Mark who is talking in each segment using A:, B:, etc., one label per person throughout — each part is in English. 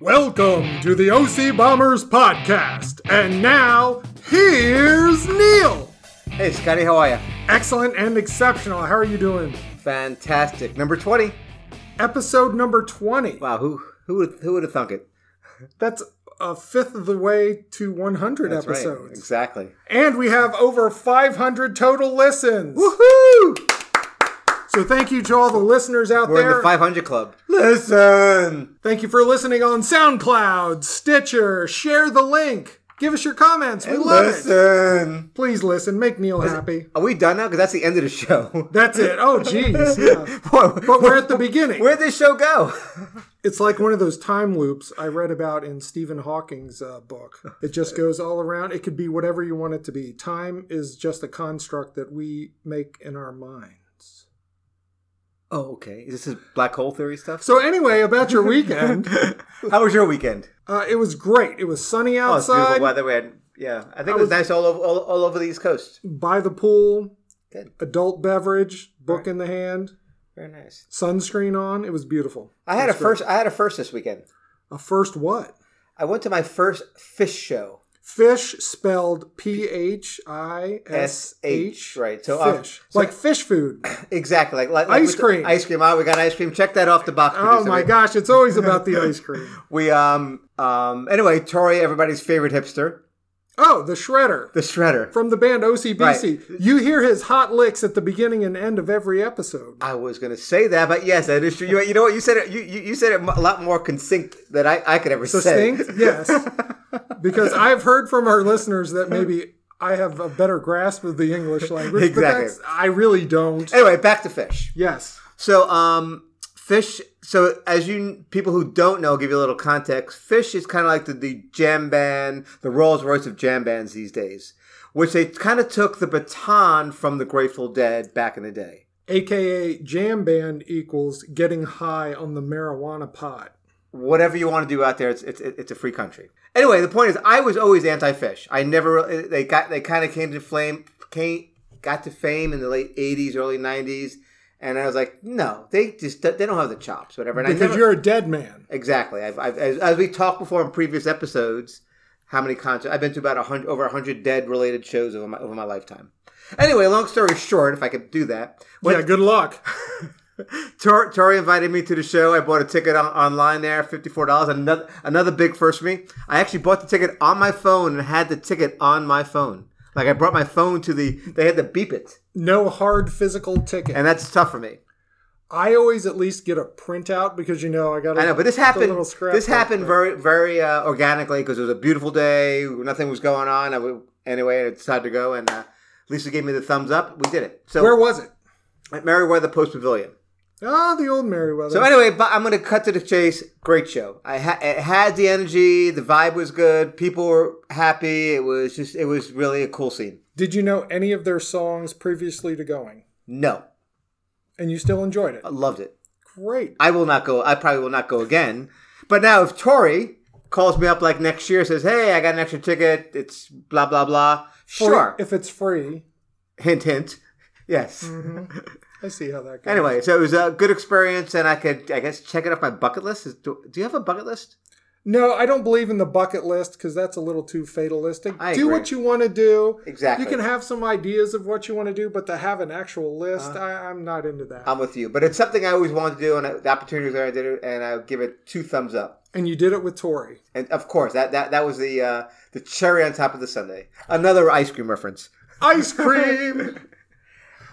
A: Welcome to the OC Bombers podcast. And now, here's Neil.
B: Hey, Scotty, how are you?
A: Excellent and exceptional. How are you doing?
B: Fantastic. Number 20.
A: Episode number 20.
B: Wow, who who would who would have thunk it?
A: That's a fifth of the way to 100
B: That's right.
A: episodes.
B: Exactly.
A: And we have over 500 total listens.
B: Woohoo!
A: So thank you to all the listeners out
B: We're in
A: there.
B: the 500 club.
A: Listen. Thank you for listening on SoundCloud, Stitcher. Share the link. Give us your comments. We love it.
B: Listen.
A: Please listen. Make Neil happy.
B: Are we done now? Because that's the end of the show.
A: That's it. Oh, geez. Yeah. But we're at the beginning.
B: Where'd this show go?
A: It's like one of those time loops I read about in Stephen Hawking's uh, book. It just goes all around. It could be whatever you want it to be. Time is just a construct that we make in our minds.
B: Oh, okay. Is this is black hole theory stuff?
A: So, eh, anyway, about your weekend,
B: How was your weekend?
A: uh, it was great. It was sunny
B: Oh, it's beautiful
A: outside,
B: weather. We had, yeah, I think it was, nice all over all, all over the East Coast.
A: by the pool,
B: Good.
A: adult beverage, book in the hand,
B: Very nice.
A: sunscreen on. It was beautiful.
B: I had
A: That's
B: a first. I had a first this weekend.
A: A first what?
B: I went to my first fish show.
A: Fish spelled P H I S H.
B: S-H, right. So, uh,
A: fish. like fish food.
B: Exactly, like, like, like
A: Ice
B: with the-
A: cream.
B: Ice cream. Oh, we got ice cream. Check that off the box.
A: Oh
B: producer.
A: my
B: We-
A: gosh, it's always about the ice cream.
B: We um um anyway, Tori, everybody's favorite hipster,
A: Oh, the shredder
B: the shredder.
A: from the band OCBC. You hear his hot licks at the beginning and end of every episode.
B: I was gonna say that, but yes, that is true. You, you know what? You said it. You, you you said it a lot more concise than I, I could ever say.
A: Distinct? Yes. Because I've heard from our listeners that maybe I have a better grasp of the English language,
B: Exactly.
A: but that's, I really don't.
B: Anyway, back to fish.
A: Yes.
B: So um fish. So as you people who don't know, I'll give you a little context. Fish is kind of like the, the jam band, the Rolls Royce of jam bands these days, which they kind of took the baton from the Grateful Dead back in the day.
A: AKA jam band equals getting high on the marijuana pot.
B: whatever you want to do out there, it's it's it's a free country. Anyway, the point is, I was always anti-fish. I never they got they kind of came to flame came got to fame in the late '80s, early '90s, and I was like, no, they just they don't have the chops, whatever. And I
A: Because
B: never-
A: you're a dead man.
B: exactly. I've, I've, as, as we talked before in previous episodes, how many concerts I've been to about a hundred over hundred dead related shows over my over my lifetime. Anyway, long story short, if I could do that, when
A: yeah, good luck.
B: Tor, Tori invited me to the show. I bought a ticket on, online there, fifty-four dollars. Another another big first for me. I actually bought the ticket on my phone and had the ticket on my phone. Like I brought my phone to the. They had to beep it,
A: No hard physical ticket.
B: and that's tough for me.
A: I always at least get a printout because you know I got.
B: I know, but this
A: a
B: happened.
A: little scrap
B: This
A: book,
B: happened
A: but-
B: very very uh, organically because it was a beautiful day. Nothing was going on. I w- anyway, I decided to go, and uh, Lisa gave me the thumbs up. We did it. So
A: Where was it?
B: at Meriwether Post Pavilion.
A: Ah, the old Merryweather.
B: So anyway, but I'm going to cut to the chase. Great show. I ha- it had the energy. The vibe was good. People were happy. It was just it was really a cool scene.
A: Did you know any of their songs previously to going,
B: No,
A: and you still enjoyed it?
B: I loved it.
A: Great.
B: I will not go. I probably will not go again. But now if Tori calls me up like next year says, "Hey, I got an extra ticket. It's blah blah blah."
A: Free-
B: Sure.
A: If it's free,
B: hint hint. Yes.
A: I see how that goes.
B: Anyway, so it was a good experience, and I could, I guess, check it off my bucket list. Is, do, do you have a bucket list?
A: No, I don't believe in the bucket list because that's a little too fatalistic.
B: I
A: do
B: agree.
A: what you want to do.
B: Exactly.
A: You can have some ideas of what you want to do, but to have an actual list,
B: Uh-huh.
A: I, I'm not into that.
B: I'm with you, but it's something I always wanted to do, and I, the opportunity was there. I did it, and I would give it two thumbs up.
A: and you did it with Tori.
B: And of course, that that, that was the uh, the cherry on top of the Sunday. Another ice cream reference.
A: Ice cream.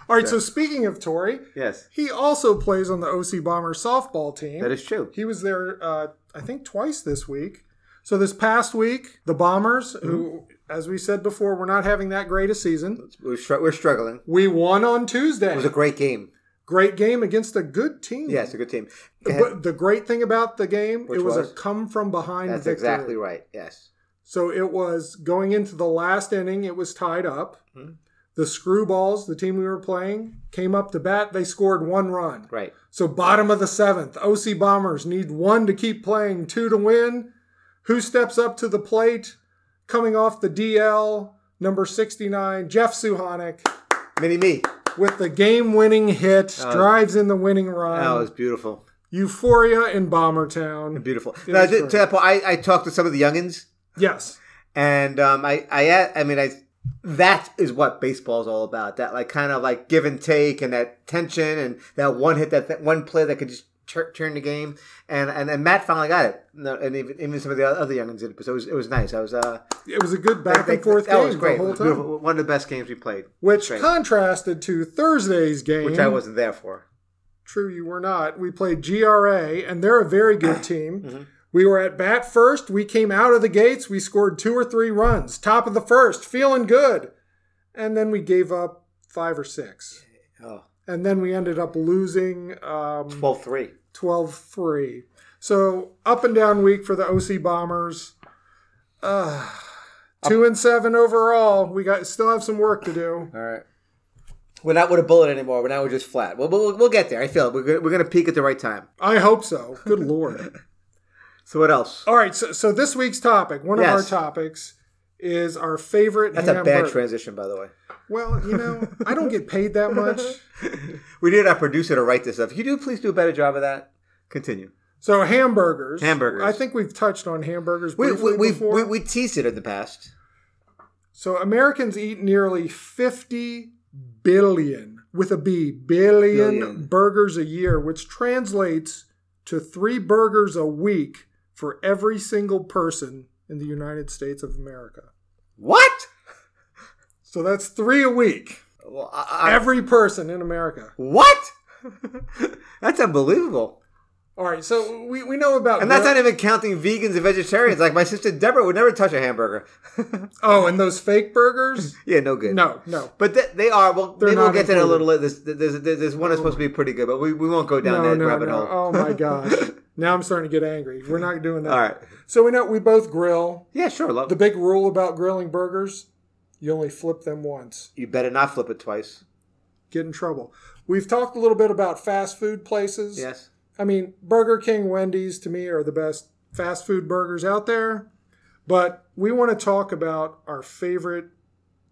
A: All right. So speaking of Tori,
B: Yes,
A: He also plays on the OC Bomber softball team.
B: that is true.
A: He was there, uh, I think, twice this week. So this past week, the Bombers,
B: Mm-hmm.
A: who, as we said before, we're not having that great a season.
B: We're, str- we're struggling. It
A: We won on Tuesday.
B: was a great game.
A: great game against a good team.
B: Yes, a good team.
A: But the great thing about the game,
B: Which
A: it was,
B: was?
A: a come from behind
B: That's
A: victory.
B: exactly right. Yes,
A: So it was going into the last inning, it was tied up.
B: Mm-hmm.
A: The Screwballs, the team we were playing, came up to bat. They scored one run.
B: right.
A: So bottom of the seventh, OC Bombers need one to keep playing, two to win. Who steps up to the plate? Coming off the DL, number 69, Jeff Suhanik
B: Mini me.
A: with the game-winning hit, drives in the winning run.
B: That Oh, was beautiful.
A: Euphoria and Bombertown.
B: Beautiful.
A: It
B: Now,
A: was
B: to,
A: great.
B: to that point, I, I talked to some of the youngins,
A: Yes.
B: and um, I, I, a- I mean, I, that is what baseball is all about. That like kind of like give and take, and that tension, and that one hit, that, that one play that could just tur- turn the game. And, and and Matt finally got it, No, and even, even some of the other youngins did it. So it was, it was nice. I was uh,
A: It was a good back and forth
B: that
A: game
B: was
A: the
B: great. It
A: whole
B: was
A: time.
B: beautiful. One of the best games we played,
A: Which
B: Great.
A: contrasted to Thursday's game.
B: which I wasn't there for.
A: True, you were not. We played GRA, and they're a very good team. We were at bat first. We came out of the gates. We scored two or three runs, top of the first, feeling good. And then we gave up five or six.
B: Oh,
A: And then we ended up losing um,
B: 12-3.
A: 12 3. So, up and down week for the OC Bombers. Uh, two and seven overall. We got still have some work to do.
B: All right. We're not with a bullet anymore. We're now we're just flat. We'll, we'll, we'll get there. I feel it. We're gonna, we're gonna peak at the right time.
A: I hope so. Good lord.
B: So what else?
A: All right, so, so this week's topic, one of our
B: Yes.
A: topics, is our favorite.
B: That's a bad transition, by the way.
A: Well, you know, I don't get paid that much.
B: We need our producer to write this up. Can you do please do a better job of that? Continue.
A: So hamburgers.
B: Hamburgers.
A: I think we've touched on hamburgers
B: We
A: briefly
B: we we,
A: before.
B: we, we teased it in the past.
A: so Americans eat nearly fifty billion with a B billion,
B: Billion.
A: burgers a year, which translates to three burgers a week for every single person in the United States of America.
B: What?
A: So that's three a week.
B: Well, I, I-
A: Every person in America.
B: what? that's unbelievable.
A: All right, so we, we know about
B: And that's
A: Bill-
B: not even counting vegans and vegetarians. Like my sister Deborah would never touch a hamburger.
A: oh, and those fake burgers.
B: yeah, no good.
A: No, no,
B: But th- they are. Well, maybe we'll
A: not
B: get to that a
A: included.
B: little later. This, this, this, this one is supposed to be pretty good, but we, we won't go down
A: no,
B: that
A: no,
B: rabbit
A: no.
B: hole.
A: Oh my gosh! Now I'm starting to get angry. We're not doing that.
B: All right.
A: So we know we both grill.
B: Yeah, sure. Love.
A: The big rule about grilling burgers: you only flip them once.
B: you better not flip it twice.
A: Get in trouble. We've talked a little bit about fast food places.
B: Yes.
A: I mean, Burger King, Wendy's to me are the best fast food burgers out there. But we want to talk about our favorite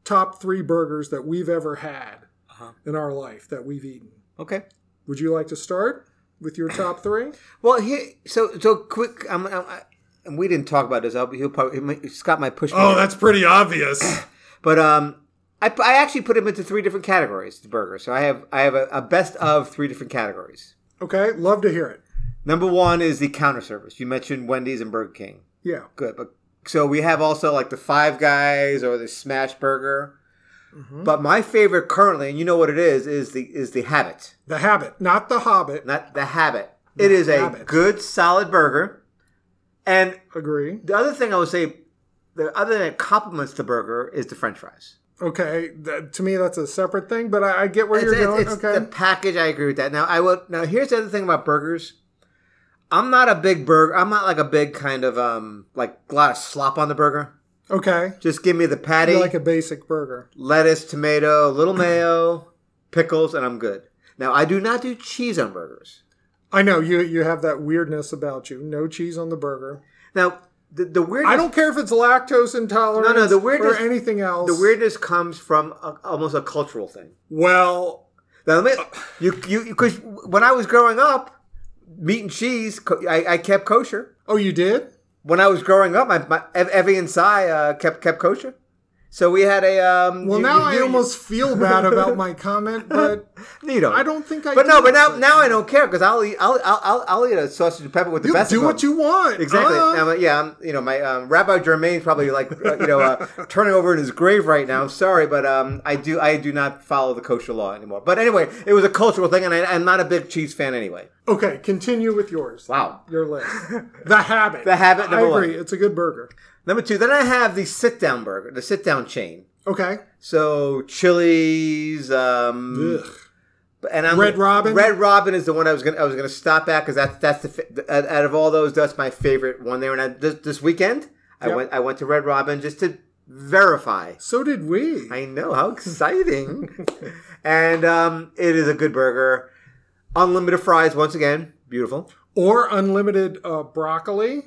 A: top three burgers that we've ever had
B: Uh-huh.
A: in our life that we've eaten.
B: Okay.
A: Would you like to start with your top three?
B: Well, here. So so quick. I'm. I'm I, and we didn't talk about this. I'll, he'll probably he might, Scott might push me.
A: Oh, that's pretty obvious.
B: But um, I, pu- I actually put him into three different categories. The burger. So I have I have a, a best of three different categories.
A: okay, love to hear it.
B: Number one is the counter service. You mentioned Wendy's and Burger King.
A: Yeah.
B: good. But so we have also like the Five Guys or the Smash Burger.
A: Mm-hmm.
B: But my favorite currently, and you know what it is, is the is the Habit.
A: The Habit, not The Hobbit.
B: Not the Habit. It is a
A: Habit.
B: good solid burger. And
A: Agree.
B: the other thing I would say, the other thing that complements the burger is the French fries.
A: Okay, that, to me that's a separate thing, but I, I get where Oh,
B: It's,
A: you're going.
B: it's- it's
A: okay.
B: the package. I agree with that. Now I will. Now here's the other thing about burgers. I'm not a big burger. I'm not like a big kind of um like a lot of slop on the burger.
A: okay.
B: Just give me the patty.
A: You're like a basic burger.
B: lettuce, tomato, little mayo, pickles, and I'm good. Now I do not do cheese on burgers.
A: I know you you have that weirdness about you. No cheese on the burger.
B: Now the, the weirdness
A: I don't care if it's lactose intolerant
B: No, no, the weirdness-
A: or anything else.
B: the weirdness comes from a, almost a cultural thing.
A: well,
B: Now let me, you you because when I was growing up, meat and cheese co- I, I kept kosher.
A: oh, you did?
B: When I was growing up, my, my Ev- Evie and Cy uh, kept kept kosher. So we had a um.
A: Well,
B: you-
A: now I
B: you-
A: almost feel bad about my comment, but
B: you don't.
A: I don't think I.
B: But no,
A: do,
B: but now now I don't care because I'll eat I'll, I'll I'll I'll eat a sausage and pepper with the
A: you
B: best.
A: do
B: of
A: what
B: them.
A: you want.
B: Exactly.
A: Uh,
B: Now, yeah, I'm, you know, my um, Rabbi Germain's probably like, uh, you know, uh, turning over in his grave right now. I'm sorry, but um, I do, I do not follow the kosher law anymore. But anyway, it was a cultural thing, and I, I'm not a big cheese fan anyway.
A: okay, continue with yours.
B: Wow.
A: Your list. The habit.
B: The Habit,
A: I
B: number one.
A: agree. It's a good burger.
B: Number two, then I have the sit down burger, the sit down chain.
A: Okay.
B: So Chili's, um,
A: Ugh.
B: and I'm
A: Red Robin?
B: Red Robin is the one I was gonna I was gonna stop at because that's that's the fa- out out of all those that's my favorite one there. And I, this, this weekend I
A: Yep.
B: went I went to Red Robin just to verify.
A: So did we.
B: I know how exciting! and um, it is a good burger. Unlimited fries once again, beautiful.
A: or unlimited uh, broccoli.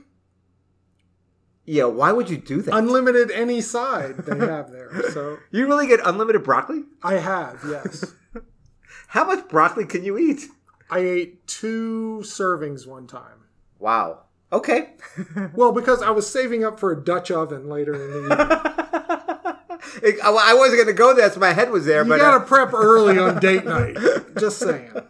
B: Yeah, why would you do that?
A: Unlimited any side they have there. So
B: you really get unlimited broccoli?
A: I have, yes.
B: How much broccoli can you eat?
A: I ate two servings one time.
B: Wow. Okay.
A: Well, because I was saving up for a Dutch oven later in the evening.
B: It- I, I wasn't going to go there, so my head was there.
A: You
B: but uh,
A: gotta prep early on date night. Just saying.
B: all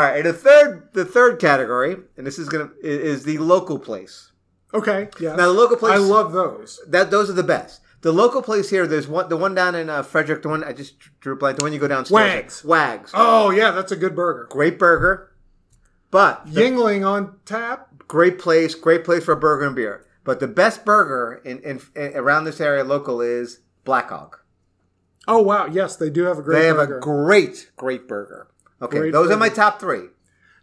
B: right. And the third, the third category, and this is going to is the local place.
A: Okay. Yeah.
B: Now the local place.
A: I love those.
B: that. Those are the best. The local place here. There's one. The one down in uh, Frederick. The one I just drew a blank. The one you go downstairs.
A: Wags.
B: Wags.
A: Oh yeah, that's a good burger.
B: Great burger, but the
A: Yingling on tap.
B: great place. Great place for a burger and beer. But the best burger in, in, in around this area local is Black Hog.
A: Oh wow, yes, they do have a great
B: They have
A: burger.
B: a great, great burger. Okay,
A: Great
B: those are
A: burger.
B: my top three.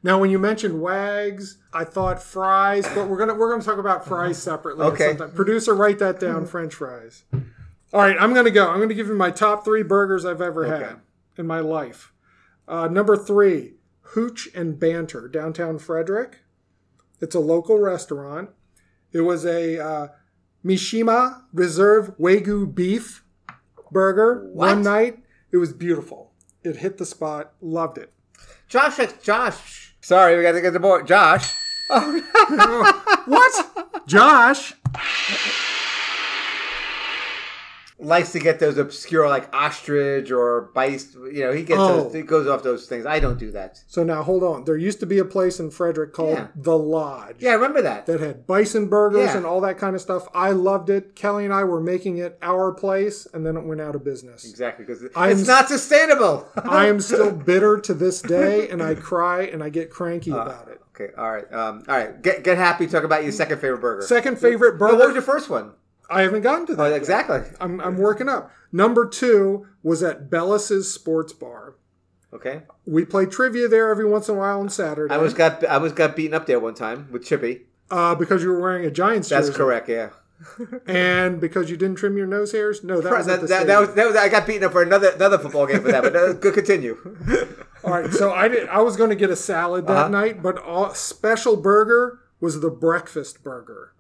A: now, when you mentioned Wags, I thought fries, but we're gonna we're gonna talk about fries separately. at
B: Uh-huh. Okay.
A: some time. Producer, write that down. French fries. All right, I'm gonna go. I'm gonna give you my top three burgers I've ever had in my life. Uh, number three, Hooch and Banter, downtown Frederick. It's a local restaurant. It was a uh, Mishima Reserve Wagyu beef burger
B: What?
A: one night. It was beautiful. It hit the spot. Loved it.
B: Josh, Josh. Sorry, we got to get the board. Josh.
A: What? Josh?
B: likes to get those obscure like ostrich or bice. You know, he gets
A: Oh.
B: those, he goes off those things. I don't do that.
A: So now hold on. There used to be a place in Frederick called
B: Yeah.
A: The Lodge
B: Yeah, I remember that.
A: that had bison burgers
B: Yeah.
A: and all that kind of stuff. I loved it. Kelly and I were making it our place and then it went out of business.
B: Exactly, because it's
A: I'm-
B: not sustainable.
A: I am still bitter to this day and I cry and I get cranky
B: Uh,
A: about it.
B: okay, all right, um, all right. Get get happy. Talk about your second favorite burger.
A: Second favorite
B: Oh, what was
A: burger.
B: your first one?
A: I haven't gotten to that.
B: Oh,
A: yet.
B: exactly.
A: I'm, I'm working up. Number two was at Bellis's Sports Bar.
B: Okay,
A: We play trivia there every once in a while on Saturday.
B: I was got I was got beaten up there one time with Chippy.
A: uh, because you were wearing a Giants
B: That's
A: jersey.
B: correct. Yeah,
A: And because you didn't trim your nose hairs? No, that was at
B: that,
A: the
B: that, that
A: stadium.
B: was that was I got beaten up for another another football game for that. But uh, good, continue.
A: All right, so I did I was going to get a salad that
B: Uh-huh.
A: night, but all special burger was the breakfast burger.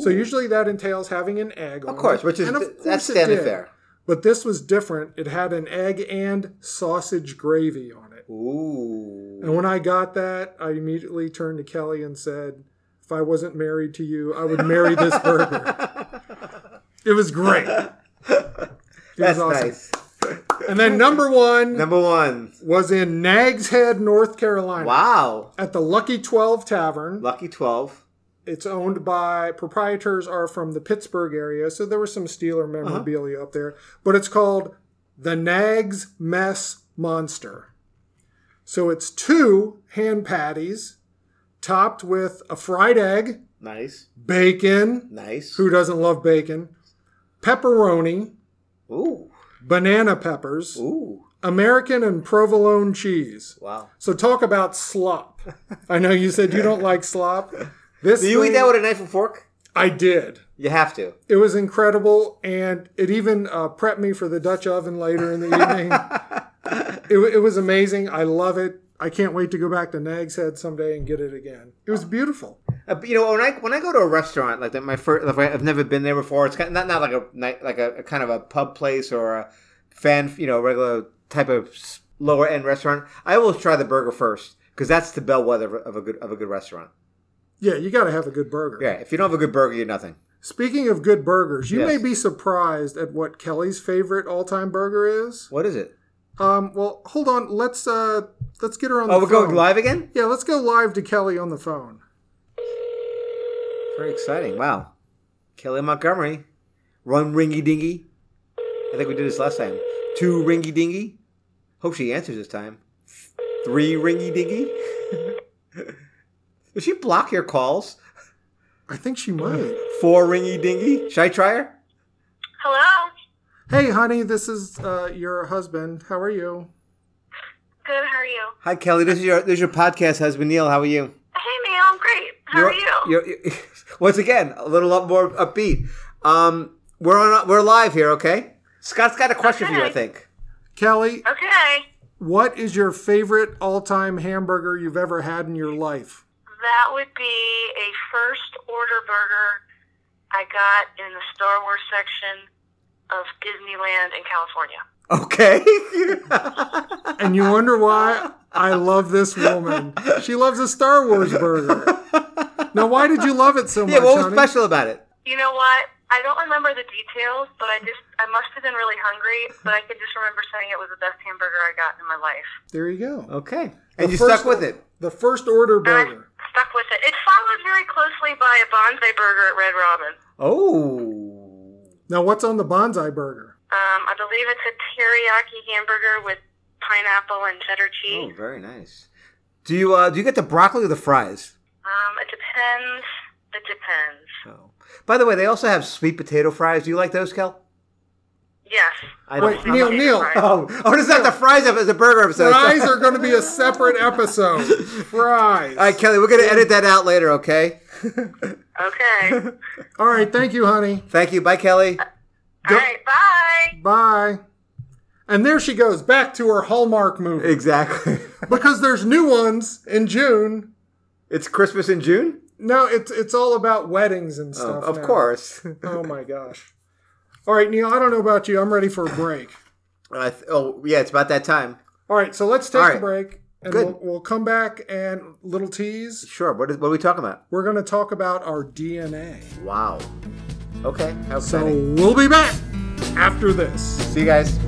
A: So usually that entails having an egg.
B: Of course, which is that's standard fare.
A: But this was different. It had an egg and sausage gravy on it.
B: Ooh.
A: And when I got that, I immediately turned to Kelly and said, "If I wasn't married to you, I would marry this burger." It was great. It was
B: That's
A: awesome.
B: nice.
A: And then number one
B: Number one.
A: was in Nags Head, North Carolina,
B: Wow.
A: at the Lucky Twelve Tavern.
B: Lucky 12.
A: It's owned by proprietors are from the Pittsburgh area, so there was some Steeler
B: Uh-huh.
A: memorabilia up there. But it's called the Nags Mess Monster. So it's two hand patties topped with a fried egg,
B: Nice.
A: bacon,
B: Nice.
A: who doesn't love bacon, pepperoni,
B: Ooh.
A: banana peppers,
B: Ooh.
A: American and provolone cheese.
B: Wow.
A: So talk about slop. I know you said you don't like slop. This
B: Do you eat
A: thing-
B: that with a knife and fork?
A: I did.
B: You have to.
A: it was incredible, and it even uh, prepped me for the Dutch oven later in the evening. it, wa- it was amazing. I love it. I can't wait to go back to Nag's Head someday and get it again. It was beautiful.
B: Uh, but, you know, when I when I go to a restaurant like that, my first like, I've never been there before. It's kind not not like a ni- like a, a kind of a pub place or a fan you know regular type of s- lower end restaurant. I always try the burger first because that's the bellwether of a good of a good restaurant.
A: Yeah, you got to have a good burger.
B: Yeah, if you don't have a good burger, you're nothing.
A: Speaking of good burgers, you may
B: Yes.
A: be surprised at what Kelly's favorite all-time burger is.
B: What is it?
A: Um, well, hold on. Let's uh, let's get her on.
B: Oh,
A: the
B: we're going
A: phone.
B: live again.
A: Yeah, let's go live to Kelly on the phone.
B: Very exciting. Wow. Kelly Montgomery. Run ringy dingy. I think we did this last time. Two ringy dingy. Hope she answers this time. Three ringy dingy. Does she block your calls?
A: I think she might.
B: Four ringy dingy. Should I try her?
C: Hello.
A: hey, honey, this is uh, your husband. How are you?
C: Good. How are you?
B: Hi Kelly, this is your this is your podcast husband Neil. How are you?
C: Hey, Neil. I'm great. How are you?
B: You're, you're, once again, a little up more upbeat. Um, we're on we're live here, okay? Scott's got a question for you, I
C: Okay.
B: think.
A: Kelly,
C: Okay.
A: What is your favorite all-time hamburger you've ever had in your life?
C: That would be a first order burger I got in the Star Wars section of Disneyland in California.
B: Okay.
A: And you wonder why I love this woman. She loves a Star Wars burger. Now, why did you love it so much,
B: yeah, what was
A: honey?
B: special about it?
C: You know what? I don't remember the details, but I just I must have been really hungry, but I could just remember saying it was the best hamburger I got in my life.
A: There you go.
B: Okay.
A: The
B: And you
A: first
B: stuck with
A: or-
B: it.
A: The first order
C: And
A: burger.
C: I stuck with it. It's followed very closely by a bonsai burger at Red Robin.
B: Oh.
A: Now, what's on the bonsai burger?
C: Um, I believe it's a teriyaki hamburger with pineapple and cheddar
B: Oh,
C: cheese.
B: very nice. Do you uh, do you get the broccoli or the fries?
C: Um, it depends. It depends.
B: Oh. By the way, they also have sweet potato fries. Do you like those, Kel?
C: Yes.
B: I
A: Wait,
B: don't.
A: Neil,
C: Okay,
A: Neil.
C: fries.
B: Oh, oh, it's not the fries episode. It's a burger episode.
A: Fries are going to be a separate episode. Fries.
B: All right, Kelly, we're gonna edit that out later. Okay.
C: Okay.
A: All right. Thank you, honey.
B: Thank you. Bye, Kelly.
C: All right. Bye.
A: Bye. And there she goes back to her Hallmark movie
B: Exactly.
A: because there's new ones in June.
B: it's Christmas in June.
A: No, it's it's all about weddings and
B: Oh,
A: stuff.
B: of
A: now.
B: course.
A: Oh my gosh. All right, Neil. I don't know about you. I'm ready for a break.
B: I th- oh, yeah. It's about that time.
A: All right. So let's take
B: All
A: a
B: right.
A: break, and
B: Good.
A: we'll, we'll come back and little tease.
B: Sure. What is? What are we talking about?
A: We're going to talk about our DNA.
B: Wow. Okay. How
A: So
B: exciting.
A: we'll be back after this.
B: See you guys.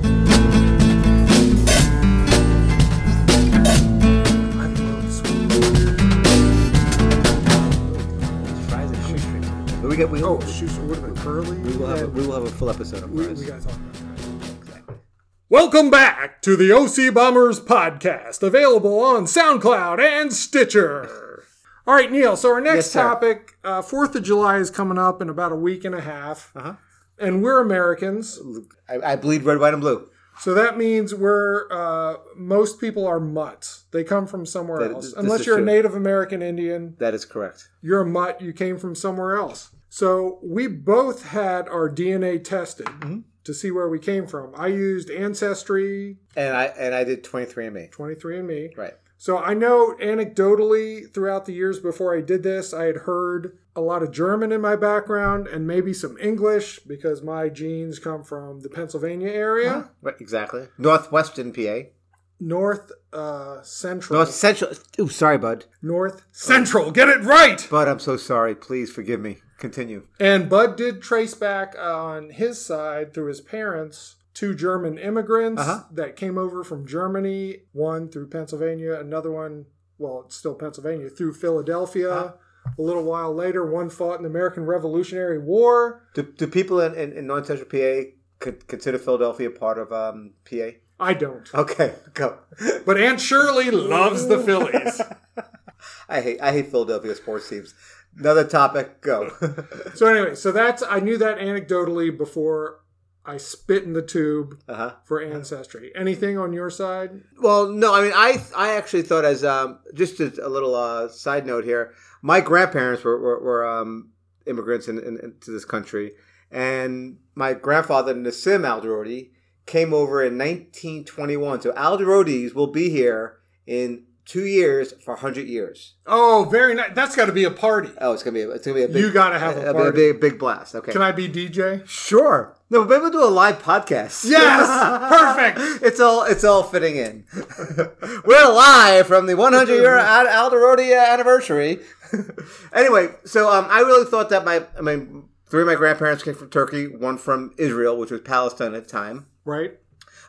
B: Fries and shoestring. But we get we
A: Oh, shoes would have been curly.
B: we will have a, we will have a full episode on
A: we,
B: fries.
A: gotta talk about that. Welcome back to the OC Bombers podcast, available on SoundCloud and Stitcher. All right, Neil. So our
B: Yes,
A: next
B: sir.
A: topic, uh, Fourth of July, is coming up in about a week and a half,
B: Uh-huh.
A: and we're Americans,
B: I, I bleed red, white, and blue.
A: so that means we're uh, most people are mutts. They come from somewhere
B: That-
A: else,
B: this
A: unless
B: is
A: you're
B: true.
A: a Native American Indian.
B: That is correct.
A: you're a mutt, you came from somewhere else. So we both had our DNA tested
B: Mm-hmm.
A: to see where we came from. I used Ancestry,
B: And I and I did twenty three andme
A: 23andMe.
B: Right.
A: So I know anecdotally throughout the years before I did this, I had heard a lot of German in my background and maybe some English because my genes come from the Pennsylvania area,
B: Right. Exactly. Northwestern PA.
A: north uh, central.
B: North Central. Ooh, sorry, bud.
A: north central. Get it right.
B: Bud, I'm so sorry. Please forgive me. Continue.
A: And Bud did trace back on his side through his parents two German immigrants
B: Uh-huh.
A: that came over from Germany, one through Pennsylvania, another one, well, it's still Pennsylvania, through Philadelphia. A little while later, one fought in the American Revolutionary War.
B: Do, do people in, in, in North Central PA con- consider Philadelphia part of um, PA?
A: I don't.
B: Okay, go.
A: But Aunt Shirley loves the Phillies.
B: I hate I hate Philadelphia sports teams. Another topic. Go.
A: so, anyway, so that's, I knew that anecdotally before I spit in the tube
B: uh huh.
A: for Ancestry. Anything on your side?
B: Well, no, I mean, I I actually thought as um, just as a little uh, side note here, my grandparents were were, were um, immigrants in, in, into this country, and my grandfather Nassim Alderodi came over in 1921. So Alderodes will be here in two years for 100 years.
A: Oh, very nice. That's got to be a party.
B: Oh, it's gonna be it's gonna be a big,
A: You gotta have a
B: it'll be
A: party.
B: big, big blast. Okay,
A: Can I be DJ?
B: Sure. No, but maybe we'll do a live podcast.
A: Yes! Perfect!
B: it's all it's all fitting in. We're live from the 100 year Al- Alderodia anniversary. anyway, so um, I really thought that my I mean three of my grandparents came from Turkey, one from Israel, which was Palestine at the time.
A: Right?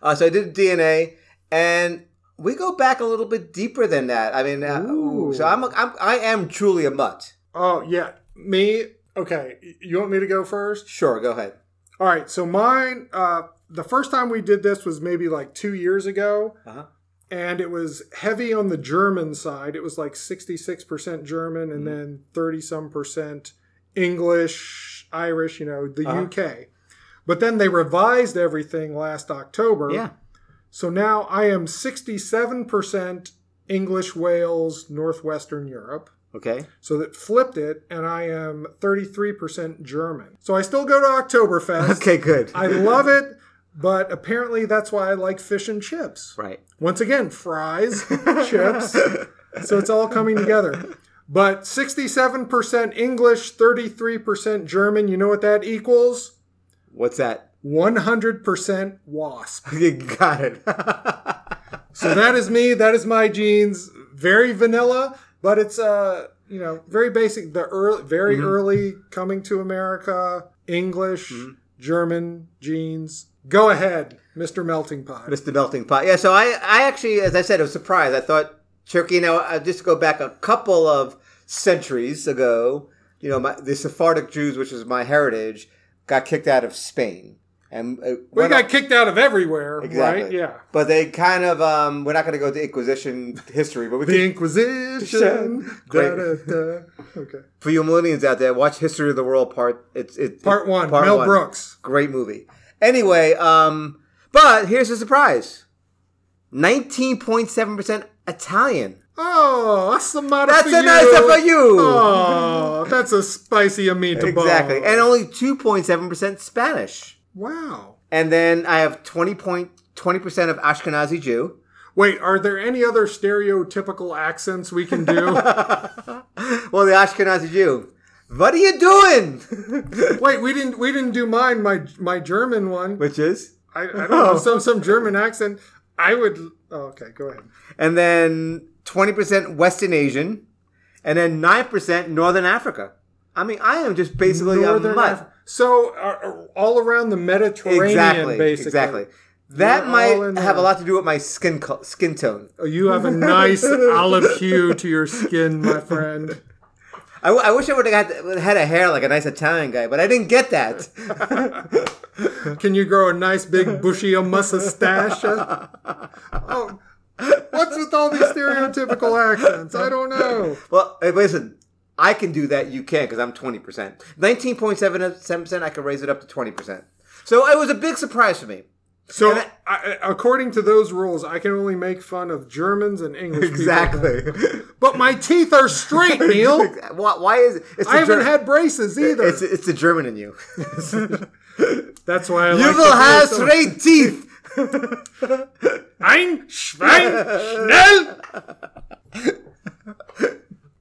B: Uh, so I did DNA, and we go back a little bit deeper than that. I mean, uh,
A: Ooh.
B: so I'm, a, I'm I am truly a mutt.
A: Oh, yeah. Me? Okay. y- You want me to go first?
B: Sure, go ahead.
A: All right. So mine, uh, the first time we did this was maybe like two years ago.
B: Uh-huh.
A: And it was heavy on the German side. It was like 66% German
B: Mm-hmm.
A: and then 30 some percent English, Irish, you know, the
B: Uh-huh.
A: UK. But then they revised everything last October.
B: Yeah.
A: So now I am 67% English, Wales, Northwestern Europe.
B: Okay.
A: So that flipped it, and I am 33% German. So I still go to Oktoberfest.
B: Okay. Good.
A: I love it, but apparently that's why I like fish and chips.
B: Right.
A: Once again, fries, chips. So it's all coming together. But 67% English, 33% German. You know what that equals?
B: What's that?
A: 100% wasp.
B: You got it.
A: So that is me. That is my jeans. Very vanilla, but it's uh you know very basic. The early, very
B: Mm-hmm.
A: early coming to America, English,
B: Mm-hmm.
A: German jeans. Go ahead, Mister Melting Pot.
B: Mr. Melting Pot. Yeah, so I, I actually, as I said, I was surprised. I thought Turkey, you know, uh, just to go back a couple of centuries ago, you know, my, the Sephardic Jews, which is my heritage, got kicked out of Spain. And uh,
A: We
B: went
A: got
B: up-
A: kicked out of everywhere,
B: Exactly.
A: right? Yeah.
B: But they kind of, um, we're not going to go to Inquisition history, but we
A: The
B: can,
A: Inquisition. Da,
B: Great.
A: da, da. Okay.
B: for you millennials out there, watch History of the World part. It's it,
A: Part one. Mel Brooks.
B: Great movie. Anyway, um, but here's the surprise: nineteen point seven percent Italian.
A: Oh, that's a matter
B: That's
A: for
B: a
A: you.
B: nice one for you.
A: Oh, that's a spicy amita ball.
B: Exactly, and only two point seven percent Spanish.
A: wow.
B: And then I have twenty point twenty percent of Ashkenazi Jew.
A: Wait, are there any other stereotypical accents we can do?
B: Well, the Ashkenazi Jew. What are you doing?
A: Wait, we didn't we didn't do mine my my German one.
B: Which is
A: I, I don't know
B: Oh.
A: some some German accent. I would. Oh, okay, go ahead.
B: and then 20% Western Asian, and then 9% Northern Africa. I mean, I am just basically a mutt.
A: Af- so are- are all around the Mediterranean,
B: exactly,
A: basically.
B: exactly. That
A: We're all in
B: might
A: there.
B: have a lot to do with my skin co- skin tone.
A: Oh, you have a nice olive hue to your skin, my friend.
B: I, w- I wish I would have had, had a hair like a nice Italian guy, but I didn't get that.
A: Can you grow a nice big bushy mustache? Oh, what's with all these stereotypical accents? I don't know.
B: well, hey, listen, I can do that. You can because I'm 20%. 19.7% I can raise it up to 20%. So it was a big surprise for me.
A: So,
B: And I-
A: I, according to those rules, I can only make fun of Germans and English. people.
B: Exactly.
A: But my teeth are straight, Neil.
B: why, why is it? It's the
A: I haven't
B: Ger-
A: had braces either.
B: It's it's the German in you.
A: That's why I
B: you
A: like
B: will
A: to hear
B: have
A: some-
B: straight teeth.
A: Ein Schwein schnell.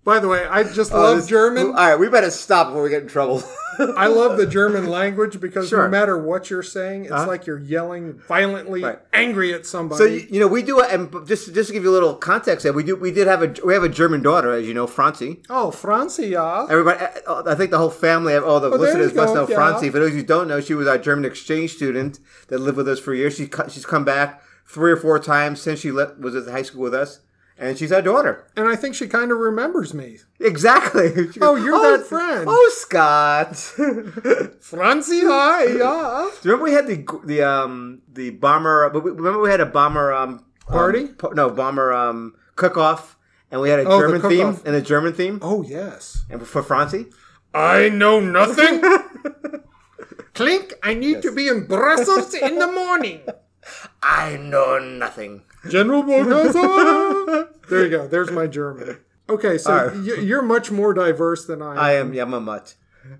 A: By the way, I just love
B: All
A: German.
B: right, we better stop before we get in trouble.
A: I love the German language because
B: Sure. Uh-huh.
A: no matter what you're saying, it's like you're yelling violently,
B: Right.
A: angry at somebody.
B: so you, you know we do, and just just to give you a little context, there we do we did have a we have a German daughter, as you know, Francie.
A: oh, Francia.
B: Everybody, eh, I think the whole family, all the
A: Oh, there
B: listeners
A: you go,
B: must know
A: yeah.
B: Francie. For those who don't know, she was our German exchange student that lived with us for years. She co- she's come back three or four times since she left, was at high school with us, and she's our daughter.
A: And I think she kind of remembers me.
B: Exactly. She goes,
A: you're that friend."
B: Oh, Scott. Do
A: Francia, yeah.
B: you remember we had the the um the bomber? But we, remember we had a bomber um
A: Party?
B: um, po- no, bomber um cook off, and we had a
A: Oh, the
B: German theme
A: cook-off.
B: and a German theme,
A: Oh, yes.
B: and for Francie.
A: I know nothing. Clink, I need to be in Brussels in the morning.
B: I know nothing.
A: General Balthazar. there you go. There's my German. Okay, so
B: All right.
A: y- you're much more diverse than I am.
B: I am yeah, I'm a mutt.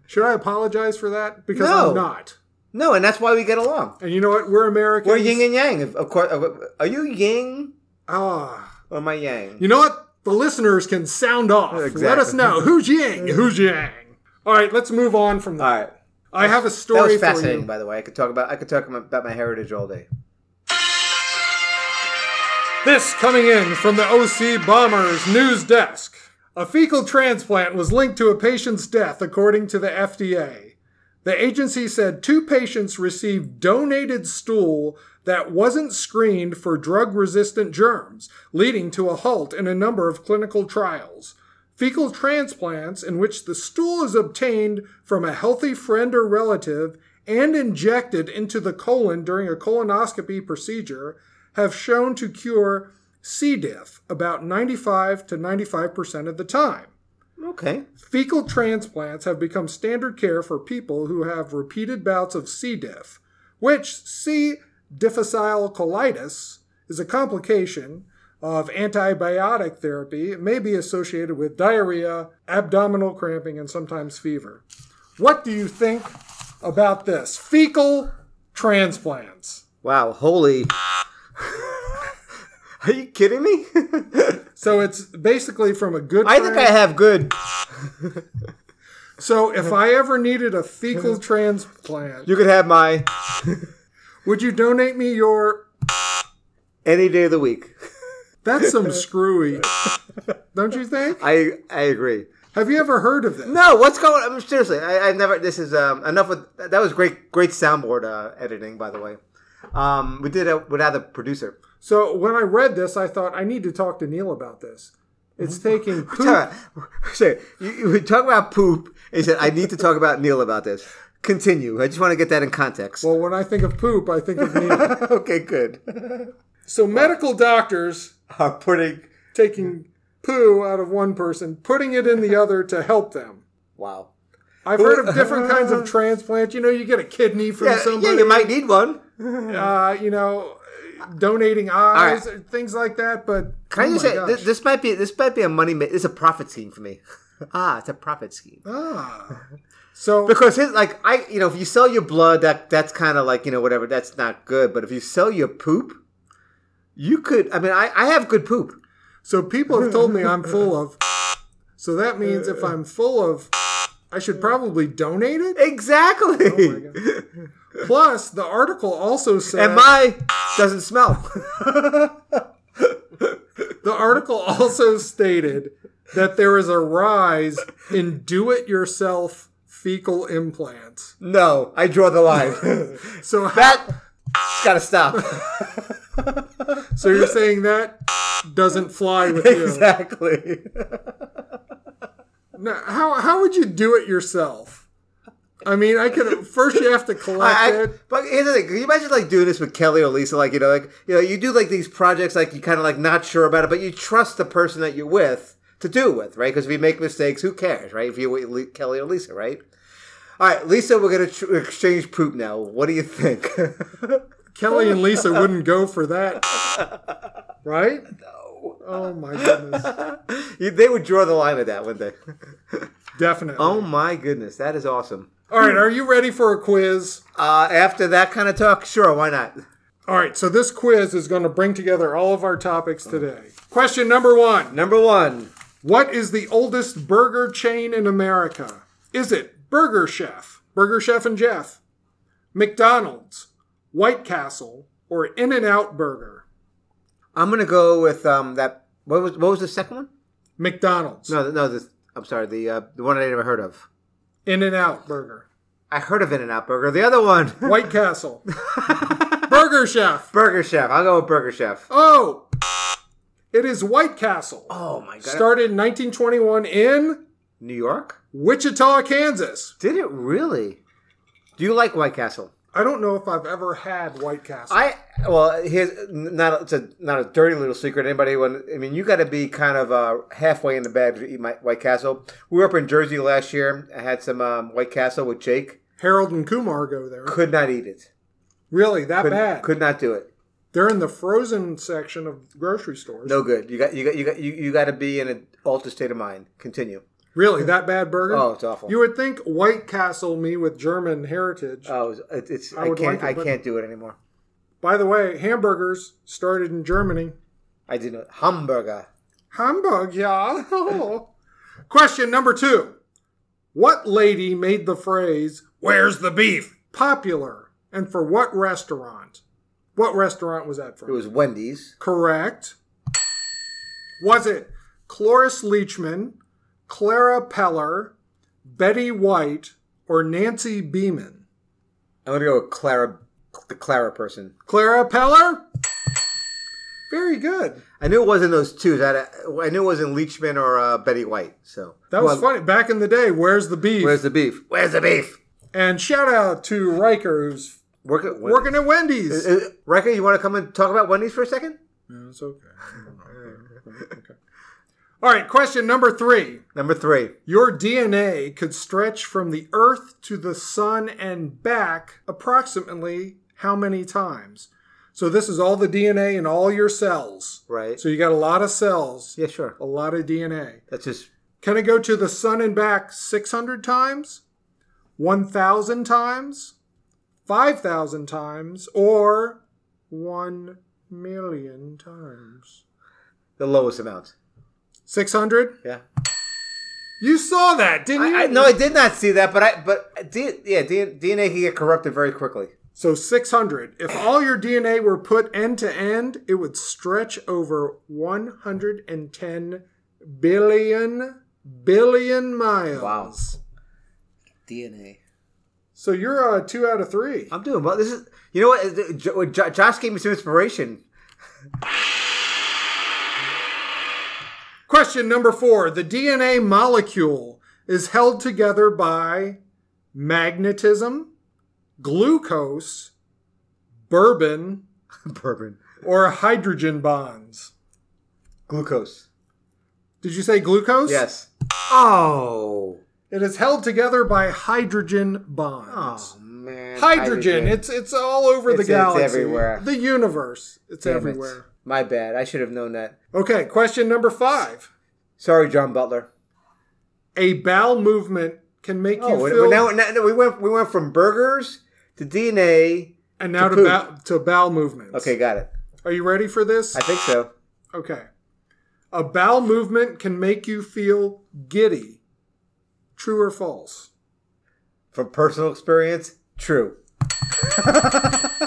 A: Should I apologize for that? Because
B: No.
A: I'm not.
B: No, and that's why we get along.
A: And you know what? We're Americans.
B: We're yin and yang, of, of course. Are you yin
A: Ah.
B: or am I yang?
A: You know what? The listeners can sound off. Let
B: Exactly.
A: us know who's Yang, who's Yang. All right, let's move on from that.
B: All right,
A: I have a
B: that
A: story
B: was
A: for
B: fascinating.
A: you.
B: By the way, I could talk about I could talk about my heritage all day.
A: This coming in from the OC Bombers news desk. A fecal transplant was linked to a patient's death, according to the FDA. The agency said two patients received donated stool that wasn't screened for drug resistant germs, leading to a halt in a number of clinical trials. Fecal transplants, in which the stool is obtained from a healthy friend or relative and injected into the colon during a colonoscopy procedure, have shown to cure C. diff about 95 to 95% of the time.
B: Okay.
A: Fecal transplants have become standard care for people who have repeated bouts of C. diff, which C. difficile colitis is a complication of antibiotic therapy. It may be associated with diarrhea, abdominal cramping, and sometimes fever. What do you think about this? Fecal transplants.
B: Wow, holy. Are you kidding me?
A: So it's basically from a good
B: I think I
A: friend-
B: have good.
A: So if I ever needed a fecal transplant,
B: You could have my
A: would you donate me your?
B: any day of the week.
A: That's some screwy, don't you think?
B: I I agree.
A: Have you ever heard of this?
B: No, what's going? on? seriously, I, I never. This is um, enough with that was great. Great soundboard uh, editing, by the way. Um, we did it without the producer.
A: So when I read this, I thought I need to talk to Neil about this. It's taking poop.
B: Sorry, you, you were talking about poop. And you said I need to talk about Neil about this. Continue. I just want to get that in context.
A: Well, when I think of poop, I think of Neil.
B: okay, good.
A: So medical doctors
B: Are putting
A: taking poo out of one person, putting it in the other to help them.
B: wow.
A: I've heard of different kinds of transplants. You know, you get a kidney from
B: Yeah, yeah,
A: somebody.
B: you might need one.
A: uh, you know, donating eyes, things like that. But
B: Can
A: oh
B: I just
A: my
B: say
A: gosh.
B: this, this might be this might be a money. Ma- this is a profit scheme for me. ah, it's a profit scheme.
A: Ah. So
B: Because his like I you know if you sell your blood that that's kind of like you know whatever that's not good but if you sell your poop, you could I mean I, I have good poop.
A: so people have told me I'm full of. So that means if I'm full of, I should probably donate it.
B: Exactly.
A: Oh Plus, the article also said
B: and my doesn't smell.
A: the article also stated that there is a rise in do-it-yourself fecal implants.
B: no, I draw the line.
A: So
B: that gotta stop.
A: so you're saying that doesn't fly with you?
B: exactly.
A: Now, how how would you do it yourself? I mean, I could first you have to collect
B: I, I,
A: it.
B: but here's the thing: Can you imagine like doing this with Kelly or Lisa? Like you know, like you know, you do like these projects, like you kind of like not sure about it, but you trust the person that you're with to do it with, right? Because if you make mistakes, who cares, right? If you with Le- Kelly or Lisa, right? All right, Lisa, we're gonna tr- exchange poop now. What do you think?
A: Kelly and Lisa wouldn't go for that, right? No. Oh my goodness!
B: You- they would draw the line at that, wouldn't they?
A: Definitely.
B: oh my goodness, that is awesome.
A: All right. Are you ready for a quiz?
B: Uh, after that kind of talk, sure, why not?
A: All right. So this quiz is going to bring together all of our topics today. Question number one:
B: Number one,
A: What is the oldest burger chain in America? Is it Burger Chef, Burger Chef and Jeff, McDonald's, White Castle, or In-N-Out Burger?
B: I'm gonna go with um, that. What was what was the second one?
A: McDonald's.
B: No, no. This, I'm sorry. The uh, the one I never heard of.
A: In and Out Burger.
B: I heard of In-N-Out Burger. The other one,
A: White Castle. Burger Chef.
B: Burger Chef. I'll go with Burger Chef.
A: Oh, it is White Castle.
B: Oh my god!
A: Started in 1921 in
B: New York?
A: Wichita, Kansas.
B: Did it really? Do you like White Castle?
A: I don't know if I've ever had White Castle.
B: I well, here's not it's a not a dirty little secret. Anybody? When I mean, you got to be kind of uh, halfway in the bag to eat my, White Castle. We were up in Jersey last year. I had some um, White Castle with Jake.
A: Harold and Kumar go there.
B: Could not eat it.
A: Really, that
B: Could,
A: bad?
B: could not do it.
A: They're in the frozen section of grocery stores.
B: No good. You got you got you got you, you got to be in an altered state of mind. Continue.
A: Really, that bad burger?
B: Oh, it's awful.
A: You would think White Castle, me with German heritage.
B: Oh, it's, it's
A: I
B: I,
A: would like
B: can't
A: it,
B: I
A: but-
B: can't do it anymore.
A: By the way, hamburgers started in Germany.
B: I did not hamburger.
A: Hamburg, yeah. Question number two. What lady made the phrase, where's the beef, popular? And for what restaurant? What restaurant was that
B: It
A: from?
B: was Wendy's.
A: Correct. Was it Cloris Leachman, Clara Peller, Betty White, or Nancy Beeman?
B: I'm gonna go with Clara, the Clara person.
A: Clara Peller? Very good.
B: I knew it wasn't those two. That I knew it wasn't Leachman or uh, Betty White. So
A: That was
B: Well,
A: funny. Back in the day, where's the beef?
B: Where's the beef? Where's the beef?
A: and shout out to Riker, who's
B: Work at Wendy's.
A: working at Wendy's.
B: Uh, Riker, you want to come and talk about Wendy's for a second?
A: No, it's okay. okay. All right, question number three.
B: Number three.
A: Your DNA could stretch from the Earth to the Sun and back approximately how many times? So, this is all the DNA in all your cells.
B: Right.
A: So, you got a lot of cells,
B: Yeah, sure.
A: a lot of DNA.
B: Oh, That's just
A: Can it go to the Sun and back 600 times, 1,000 times, 5,000 times, or 1 million times?
B: the lowest amount.
A: 600?
B: Yeah.
A: You saw that, didn't you?
B: I, I, no, I did not see that, but I but I did yeah D- DNA can get corrupted very quickly.
A: So 600. If all your DNA were put end to end, it would stretch over 110 billion billion miles.
B: Wow. DNA.
A: So you're a two out of three.
B: I'm doing well. This is you know what Jo- Jo- Josh gave me some inspiration.
A: Question number four. The DNA molecule is held together by magnetism, glucose, bourbon,
B: Bourbon,
A: or hydrogen bonds.
B: glucose.
A: Did you say glucose?
B: Yes. Oh.
A: It is held together by hydrogen bonds.
B: Oh, man.
A: Hydrogen. It's it's all over
B: It's-
A: the
B: it's
A: galaxy.
B: everywhere.
A: The universe. It's
B: Damn it.
A: everywhere.
B: My bad. I should have known that.
A: Okay, question number five.
B: Sorry, John Butler.
A: A bowel movement can make
B: Oh,
A: you
B: we-
A: feel
B: we- now, now- now we went we went from burgers to DNA.
A: and now to,
B: to poop.
A: bow, to bowel movements.
B: Okay, got it.
A: Are you ready for this?
B: I think so.
A: Okay. A bowel movement can make you feel giddy. True or false?
B: From personal experience, true.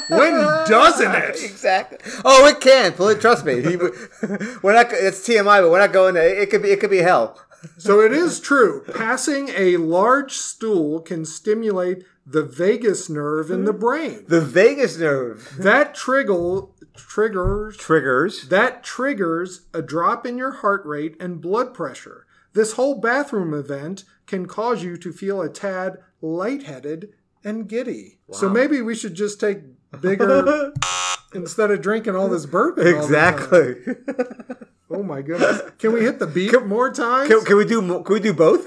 A: When doesn't it?
B: Exactly. Oh, it can. Pl- Trust me. He, would- we're not. It's TMI, but we're not going. To, it could be. It could be hell.
A: So it is true. Passing a large stool can stimulate the vagus nerve in the brain.
B: The vagus nerve
A: That trigger triggers
B: triggers.
A: that triggers a drop in your heart rate and blood pressure. This whole bathroom event can cause you to feel a tad lightheaded and giddy. So
B: Wow.
A: maybe we should just take bigger instead of drinking all this bourbon. all the time.
B: Exactly.
A: oh my goodness. Can we hit the beat more times?
B: Can, can we do? mo- Can we do both?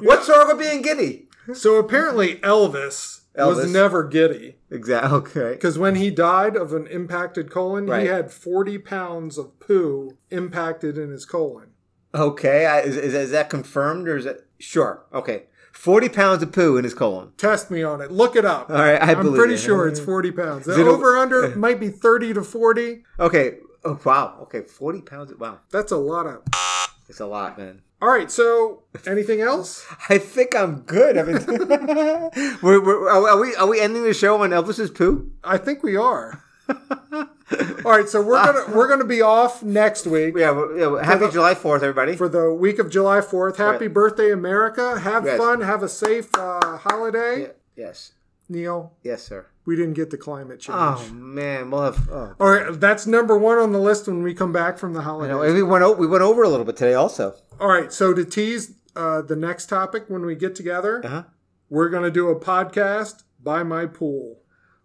B: What's wrong with being giddy?
A: so apparently Elvis,
B: Elvis.
A: was never giddy
B: Exactly. Okay.
A: because when he died of an impacted colon,
B: Right.
A: he had 40 pounds of poo impacted in his colon.
B: Okay, I, is, is, is that confirmed or is that sure? Okay, forty pounds of poo in his colon.
A: Test me on it. Look it up.
B: All right, I
A: am
B: believe
A: pretty
B: it.
A: sure it's 40 pounds.
B: it a-
A: over under might be 30 to 40.
B: Okay, oh wow. Okay, forty pounds. Of, wow,
A: That's a lot of.
B: it's a lot, man.
A: All right. So anything else?
B: I think I'm good. I mean, we're, we're, are, we- are we are we ending the show on Elvis's poo?
A: I think we are. All right. So we're gonna we're gonna be off next week
B: Yeah. we're- yeah we're- happy July Fourth, everybody.
A: for the week of July 4th. Happy
B: Right.
A: birthday, America. Have
B: Yes.
A: fun. Have a safe uh, holiday.
B: Yeah, yes,
A: Neil,
B: yes, sir.
A: we didn't get the climate change.
B: Oh man, we'll have. Oh.
A: All right. That's number one on the list when we come back from the
B: You
A: holiday.
B: know, we went o- we went over a little bit today, also.
A: All right. So to tease uh, the next topic when we get together.
B: Uh-huh.
A: We're going to do a podcast by my pool.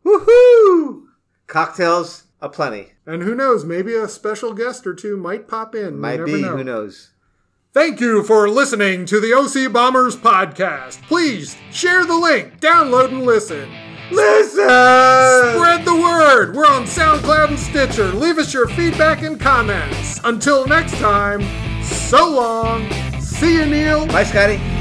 B: Woohoo! Cocktails aplenty.
A: And who knows, maybe a special guest or two might pop in. You
B: Might
A: never
B: be.
A: know.
B: Who knows?
A: Thank you for listening to the OC Bombers podcast. Please share the link, download and listen.
B: Listen.
A: Spread the word. We're on SoundCloud and Stitcher. Leave us your feedback and comments. Until next time, so long. See you, Neil.
B: Bye, Scotty.